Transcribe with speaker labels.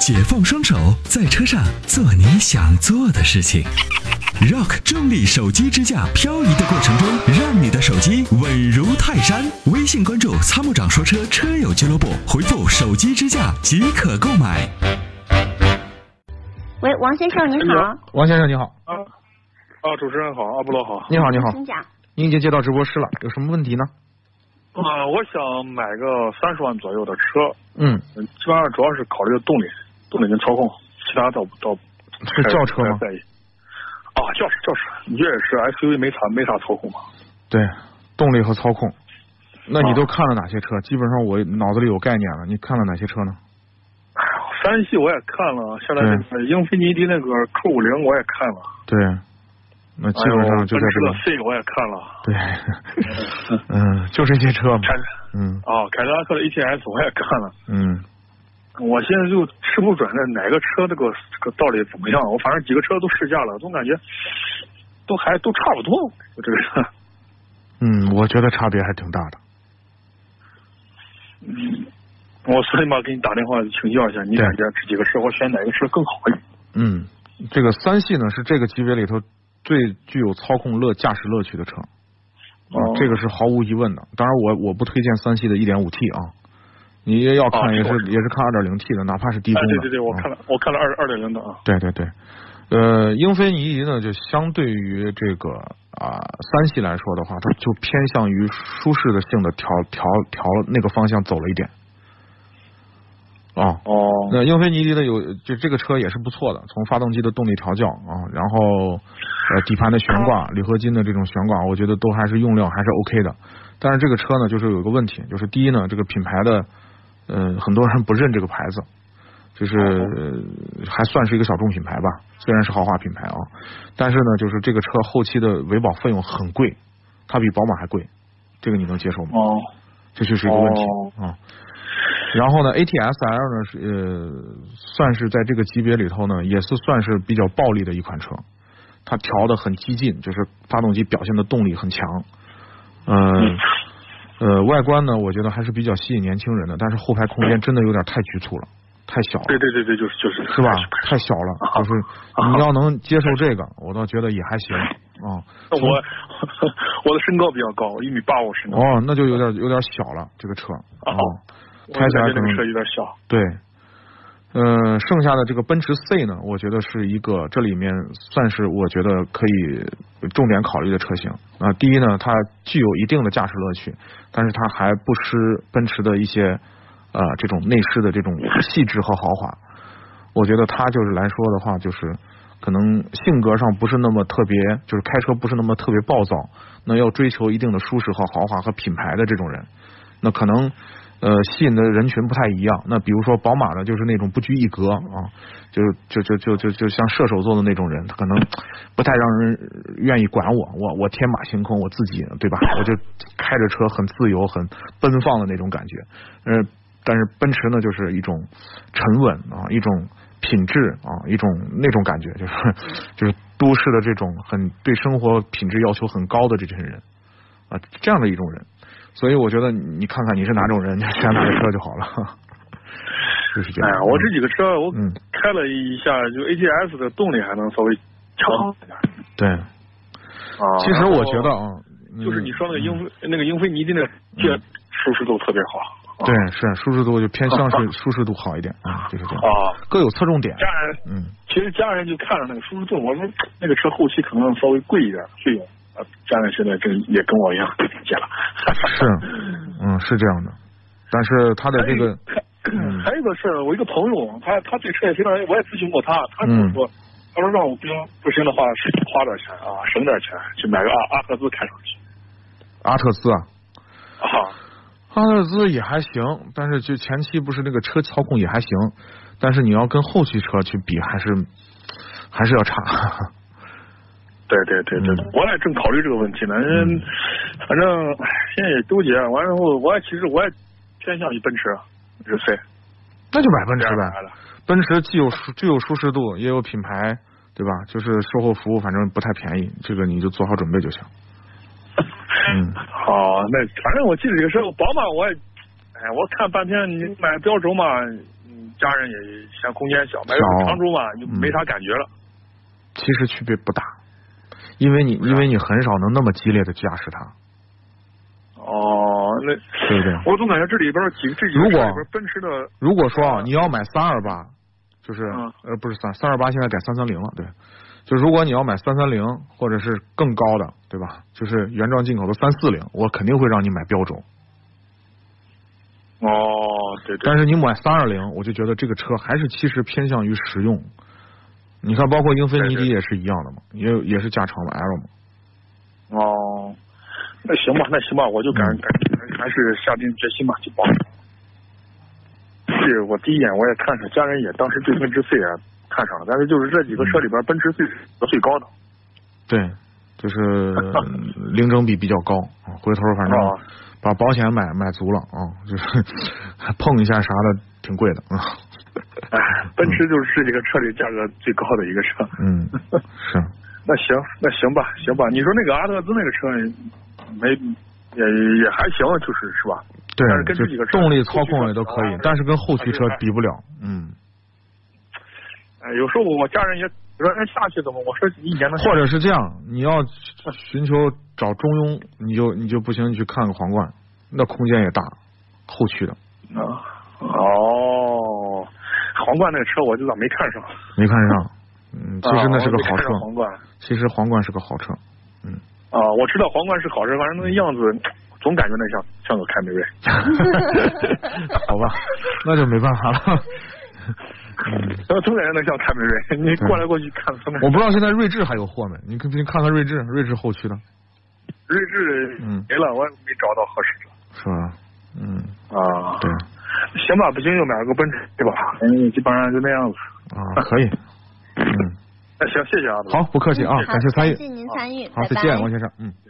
Speaker 1: 解放双手，在车上做你想做的事情。Rock 重力手机支架漂移的过程中，让你的手机稳如泰山。微信关注“参谋长说车”车友俱乐部，回复“手机支架”即可购买。
Speaker 2: 喂，王先生您好，
Speaker 3: 王先生哎你好，
Speaker 4: 啊啊！主持人好，阿布罗好。
Speaker 3: 你好你好，
Speaker 2: 请讲。
Speaker 3: 您已经接到直播室了，有什么问题呢？
Speaker 4: 啊，我想买个三十万左右的车，
Speaker 3: 嗯，
Speaker 4: 嗯基本上主要是考虑动力、动力跟操控，其他倒不倒不
Speaker 3: 是轿车吗
Speaker 4: 太？在意。啊，轿车轿车，你这也是 SUV 没啥没啥操控嘛？
Speaker 3: 对，动力和操控。那你
Speaker 4: 啊
Speaker 3: 都看了哪些车？基本上我脑子里有概念了。你看了哪些车呢？
Speaker 4: 三系我也看了，下来这
Speaker 3: 嗯
Speaker 4: 个英菲尼迪那个 Q 五零我也看了，
Speaker 3: 对，那基
Speaker 4: 还有
Speaker 3: 本上
Speaker 4: 奔
Speaker 3: 就
Speaker 4: 驰
Speaker 3: 在这
Speaker 4: 的
Speaker 3: 个。
Speaker 4: C 我也看了，
Speaker 3: 对， 嗯，就这些车嘛。
Speaker 4: 凯
Speaker 3: 嗯
Speaker 4: 啊凯迪拉克的 ETS 我也看了。
Speaker 3: 嗯，
Speaker 4: 我现在就吃不准那哪个车这个这个到底怎么样？我反正几个车都试驾了，总感觉都还都差不多。我这个车，
Speaker 3: 嗯，我觉得差别还挺大的。
Speaker 4: 我所以嘛给你打电话请教一下，你
Speaker 3: 对
Speaker 4: 感觉这几个车我选哪个车更好一点？
Speaker 3: 嗯，这个三系呢是这个级别里头最具有操控乐、驾驶乐趣的车，啊
Speaker 4: 哦，
Speaker 3: 这个是毫无疑问的。当然我，我不推荐三系的 1.5T 啊，你也要看
Speaker 4: 啊
Speaker 3: 也
Speaker 4: 是
Speaker 3: 是、
Speaker 4: 我
Speaker 3: 也是看 2.0T 的，哪怕是低
Speaker 4: 哎
Speaker 3: 功，的。
Speaker 4: 对对对，我看
Speaker 3: 了。
Speaker 4: 了我看了二二点零的啊，
Speaker 3: 对对对，呃，英菲尼迪呢，就相对于这个啊、三系来说的话，它就偏向于舒适的性的调调调那个方向走了一点。啊，
Speaker 4: 哦
Speaker 3: 那英菲尼迪的有就这个车也是不错的，从发动机的动力调教啊，然后呃底盘的悬挂、铝合金的这种悬挂，我觉得都还是用料还是 OK 的。但是这个车呢，就是有一个问题，就是第一呢，这个品牌的呃很多人不认这个牌子，就是、呃还算是一个小众品牌吧，虽然是豪华品牌啊，但是呢，就是这个车后期的维保费用很贵，它比宝马还贵，这个你能接受吗？
Speaker 4: 哦
Speaker 3: 这就是一个问题
Speaker 4: 哦
Speaker 3: 啊、然后呢，ATS-L 呢是呃，算是在这个级别里头呢，也是算是比较暴力的一款车，它调的很激进，就是发动机表现的动力很强。嗯
Speaker 4: 嗯
Speaker 3: 呃，外观呢，我觉得还是比较吸引年轻人的，但是后排空间真的有点太局促了，太小了。
Speaker 4: 嗯对对对对，就是就是啊
Speaker 3: 是吧？太小了，就是你要能接受这个，我倒觉得也还行啊。
Speaker 4: 哎那 我我的身高比较高，一米八五身高，
Speaker 3: 哦，那就有点有点小了，这个车啊
Speaker 4: 哦，我
Speaker 3: 开
Speaker 4: 感
Speaker 3: 起来
Speaker 4: 觉
Speaker 3: 可
Speaker 4: 那个
Speaker 3: 能
Speaker 4: 车有点小。
Speaker 3: 对，呃，剩下的这个奔驰 C 呢，我觉得是一个这里面算是我觉得可以重点考虑的车型啊、第一呢，它具有一定的驾驶乐趣，但是它还不失奔驰的一些呃这种内饰的这种细致和豪华。我觉得它就是来说的话，就是可能性格上不是那么特别，就是开车不是那么特别暴躁，那要追求一定的舒适和豪华和品牌的这种人，那可能呃吸引的人群不太一样。那比如说宝马呢，就是那种不拘一格啊，就是就就就就就像射手座的那种人，他可能不太让人愿意管我，我我天马行空，我自己对吧？我就开着车很自由、很奔放的那种感觉。呃，但是奔驰呢，就是一种沉稳啊，一种品质啊，一种那种感觉，就是就是都市的这种很对生活品质要求很高的这群人啊，这样的一种人。所以我觉得你你看看你是哪种人，你选哪个车就好了。就是这
Speaker 4: 哎
Speaker 3: 样。
Speaker 4: 呀，我这几个车我
Speaker 3: 嗯
Speaker 4: 开了一下，就 ATS 的动力还能稍微强
Speaker 3: 哦
Speaker 4: 一点。
Speaker 3: 对，
Speaker 4: 啊，
Speaker 3: 其实
Speaker 4: 然后
Speaker 3: 我觉得啊，
Speaker 4: 就是你说那个
Speaker 3: 嗯
Speaker 4: 英菲、那个英菲尼迪那个这舒适度特别好。啊
Speaker 3: 对，是舒适度就偏向是舒适度好一点啊，就是这样，
Speaker 4: 啊，
Speaker 3: 各有侧重点。
Speaker 4: 家人
Speaker 3: 嗯，
Speaker 4: 其实家人就看着那个舒适度，我说那个车后期可能稍微贵一点费用。啊，家人现在跟也跟我一样理解了。
Speaker 3: 是，嗯，是这样的。但是它的这个，嗯
Speaker 4: 还有一个事儿，我一个朋友，他他对车也非常，我也咨询过他，他跟我
Speaker 3: 嗯
Speaker 4: 说，他说让我不行不行的话，是花点钱啊，省点钱去买个阿阿特兹开上去
Speaker 3: 阿特兹啊，
Speaker 4: 啊。
Speaker 3: 阿特兹也还行，但是就前期不是那个车操控也还行，但是你要跟后期车去比，还是还是要差。
Speaker 4: 对对对对，对
Speaker 3: 嗯
Speaker 4: 我也正考虑这个问题呢。嗯，反正唉现在也纠结。啊完了后，我也其实我也偏向于奔驰，啊日 C
Speaker 3: 那就买奔驰
Speaker 4: 这样
Speaker 3: 呗
Speaker 4: 来。了。
Speaker 3: 奔驰既有舒具有舒适度，也有品牌，对吧？就是售后服务，反正不太便宜，这个你就做好准备就行。嗯，
Speaker 4: 好，那反正我记得这个车，宝马我也，哎，我看半天你买标轴嘛，嗯家人也嫌空间小，买个
Speaker 3: 小嗯
Speaker 4: 长途嘛就没啥感觉了。
Speaker 3: 其实区别不大，因为你因为你很少能那么激烈的驾驶它。
Speaker 4: 哦，那
Speaker 3: 对不对
Speaker 4: 我总感觉这里边儿几这几个
Speaker 3: 如
Speaker 4: 车
Speaker 3: 果
Speaker 4: 里边儿奔驰的
Speaker 3: 如果说啊，你要买三二八，就是、
Speaker 4: 嗯
Speaker 3: 呃不是三三二八，现在改三三零了，对。就如果你要买三三零或者是更高的，对吧？就是原装进口的三四零，我肯定会让你买标准。
Speaker 4: 哦，对对
Speaker 3: 但是你买三二零，我就觉得这个车还是其实偏向于实用。你看，包括英菲尼
Speaker 4: 对对
Speaker 3: 迪也是一样的嘛，也有也是加长的 L 嘛。
Speaker 4: 哦，那行吧，那行吧，我就感
Speaker 3: 嗯
Speaker 4: 感还是下定决心吧，去保养。是我第一眼我也看上，家人也当时对奔驰 C 也看上了，但是就是这几个车里
Speaker 3: 嗯
Speaker 4: 边，奔驰 C 是最高的。
Speaker 3: 对，就是 零整比比较高。啊回头反正
Speaker 4: 哦
Speaker 3: 把保险买买足了啊，就是 碰一下啥的挺贵的啊。
Speaker 4: 哎，奔驰就是这几个车里价格最高的一个车。
Speaker 3: 嗯， 是。
Speaker 4: 那行，那行吧，行吧。你说那个阿特兹那个车没也也还行，就是是吧？
Speaker 3: 对
Speaker 4: 但是，跟
Speaker 3: 就
Speaker 4: 这几个车
Speaker 3: 动力操控也都可
Speaker 4: 后驱
Speaker 3: 以
Speaker 4: 车，
Speaker 3: 但是跟后驱车
Speaker 4: 还是
Speaker 3: 比不了。嗯，
Speaker 4: 哎，有时候我家人也说哎下去怎么？我说一年能下
Speaker 3: 或者是这样，你要寻求找中庸，你就你就不行，你去看个皇冠，那空间也大，后驱的
Speaker 4: 啊，哦，皇冠那个车我就咋没看上？
Speaker 3: 没看上。嗯，其实那是个好
Speaker 4: 啊我没看
Speaker 3: 车
Speaker 4: 上，皇冠
Speaker 3: 其实皇冠是个好 车。
Speaker 4: 啊，我知道皇冠是好车，反正那个样子总感觉那像像个凯美瑞。
Speaker 3: 好吧，那就没办法了。
Speaker 4: 呃总感觉那像凯美瑞，你过来过去看，总感觉
Speaker 3: 我不知道现在锐志还有货没，你可你看看锐志，锐志后驱的，
Speaker 4: 锐志
Speaker 3: 嗯
Speaker 4: 没了，我也没找到合适的
Speaker 3: 是吧？嗯，
Speaker 4: 啊。
Speaker 3: 对
Speaker 4: 行吧，不行就买个奔驰对吧？嗯，基本上就那样子。
Speaker 3: 啊，可以。嗯，
Speaker 4: 那行，谢谢啊。
Speaker 3: 好，不客气啊，
Speaker 2: 嗯好
Speaker 3: 感谢参
Speaker 4: 嗯
Speaker 3: 与
Speaker 2: 感谢。您参与，
Speaker 3: 好，
Speaker 2: 拜
Speaker 3: 再
Speaker 2: 拜
Speaker 3: 见，王先生。嗯。
Speaker 4: 谢谢。